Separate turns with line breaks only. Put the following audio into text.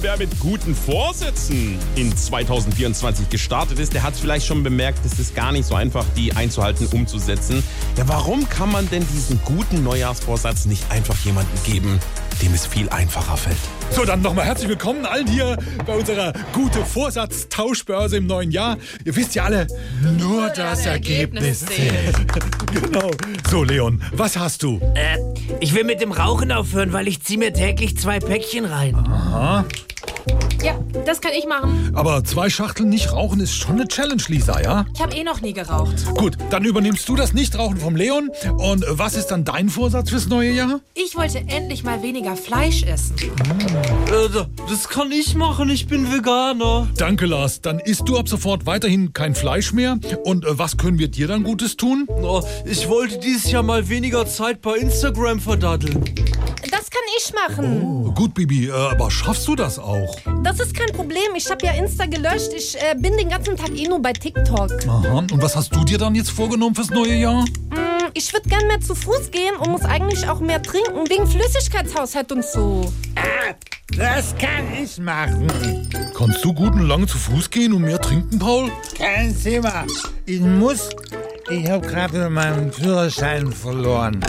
wer mit guten Vorsätzen in 2024 gestartet ist, der hat es vielleicht schon bemerkt, es ist gar nicht so einfach, die einzuhalten, umzusetzen. Ja, warum kann man denn diesen guten Neujahrsvorsatz nicht einfach jemandem geben, dem es viel einfacher fällt?
So, dann nochmal herzlich willkommen allen hier bei unserer gute Vorsatz-Tauschbörse im neuen Jahr. Ihr wisst ja alle, nur, das, Ergebnis, zählt. genau. So, Leon, was hast du?
Äh, ich will mit dem Rauchen aufhören, weil ich ziehe mir täglich zwei Päckchen rein.
Ja, das kann ich machen.
Aber zwei Schachteln nicht rauchen ist schon eine Challenge, Lisa, ja?
Ich habe eh noch nie geraucht.
Gut, dann übernimmst du das Nichtrauchen vom Leon. Und was ist dann dein Vorsatz fürs neue Jahr?
Ich wollte endlich mal weniger Fleisch essen.
Äh, das kann ich machen, ich bin Veganer.
Danke, Lars. Dann isst du ab sofort weiterhin kein Fleisch mehr. Und äh, was können wir dir dann Gutes tun?
Oh, ich wollte dieses Jahr mal weniger Zeit bei Instagram verdaddeln.
Das kann ich machen.
Gut, Bibi, äh, aber schaffst du das auch?
Das ist kein Problem. Ich habe ja Insta gelöscht. Ich äh, bin den ganzen Tag eh nur bei TikTok.
Aha. Und was hast du dir dann jetzt vorgenommen fürs neue Jahr?
Hm, Ich würde gern mehr zu Fuß gehen und muss eigentlich auch mehr trinken, wegen Flüssigkeitshaushalt und so.
Das kann ich machen.
Kannst du gut und lange zu Fuß gehen und mehr trinken, Paul?
Kein Thema. Ich muss. Ich habe gerade meinen Führerschein verloren.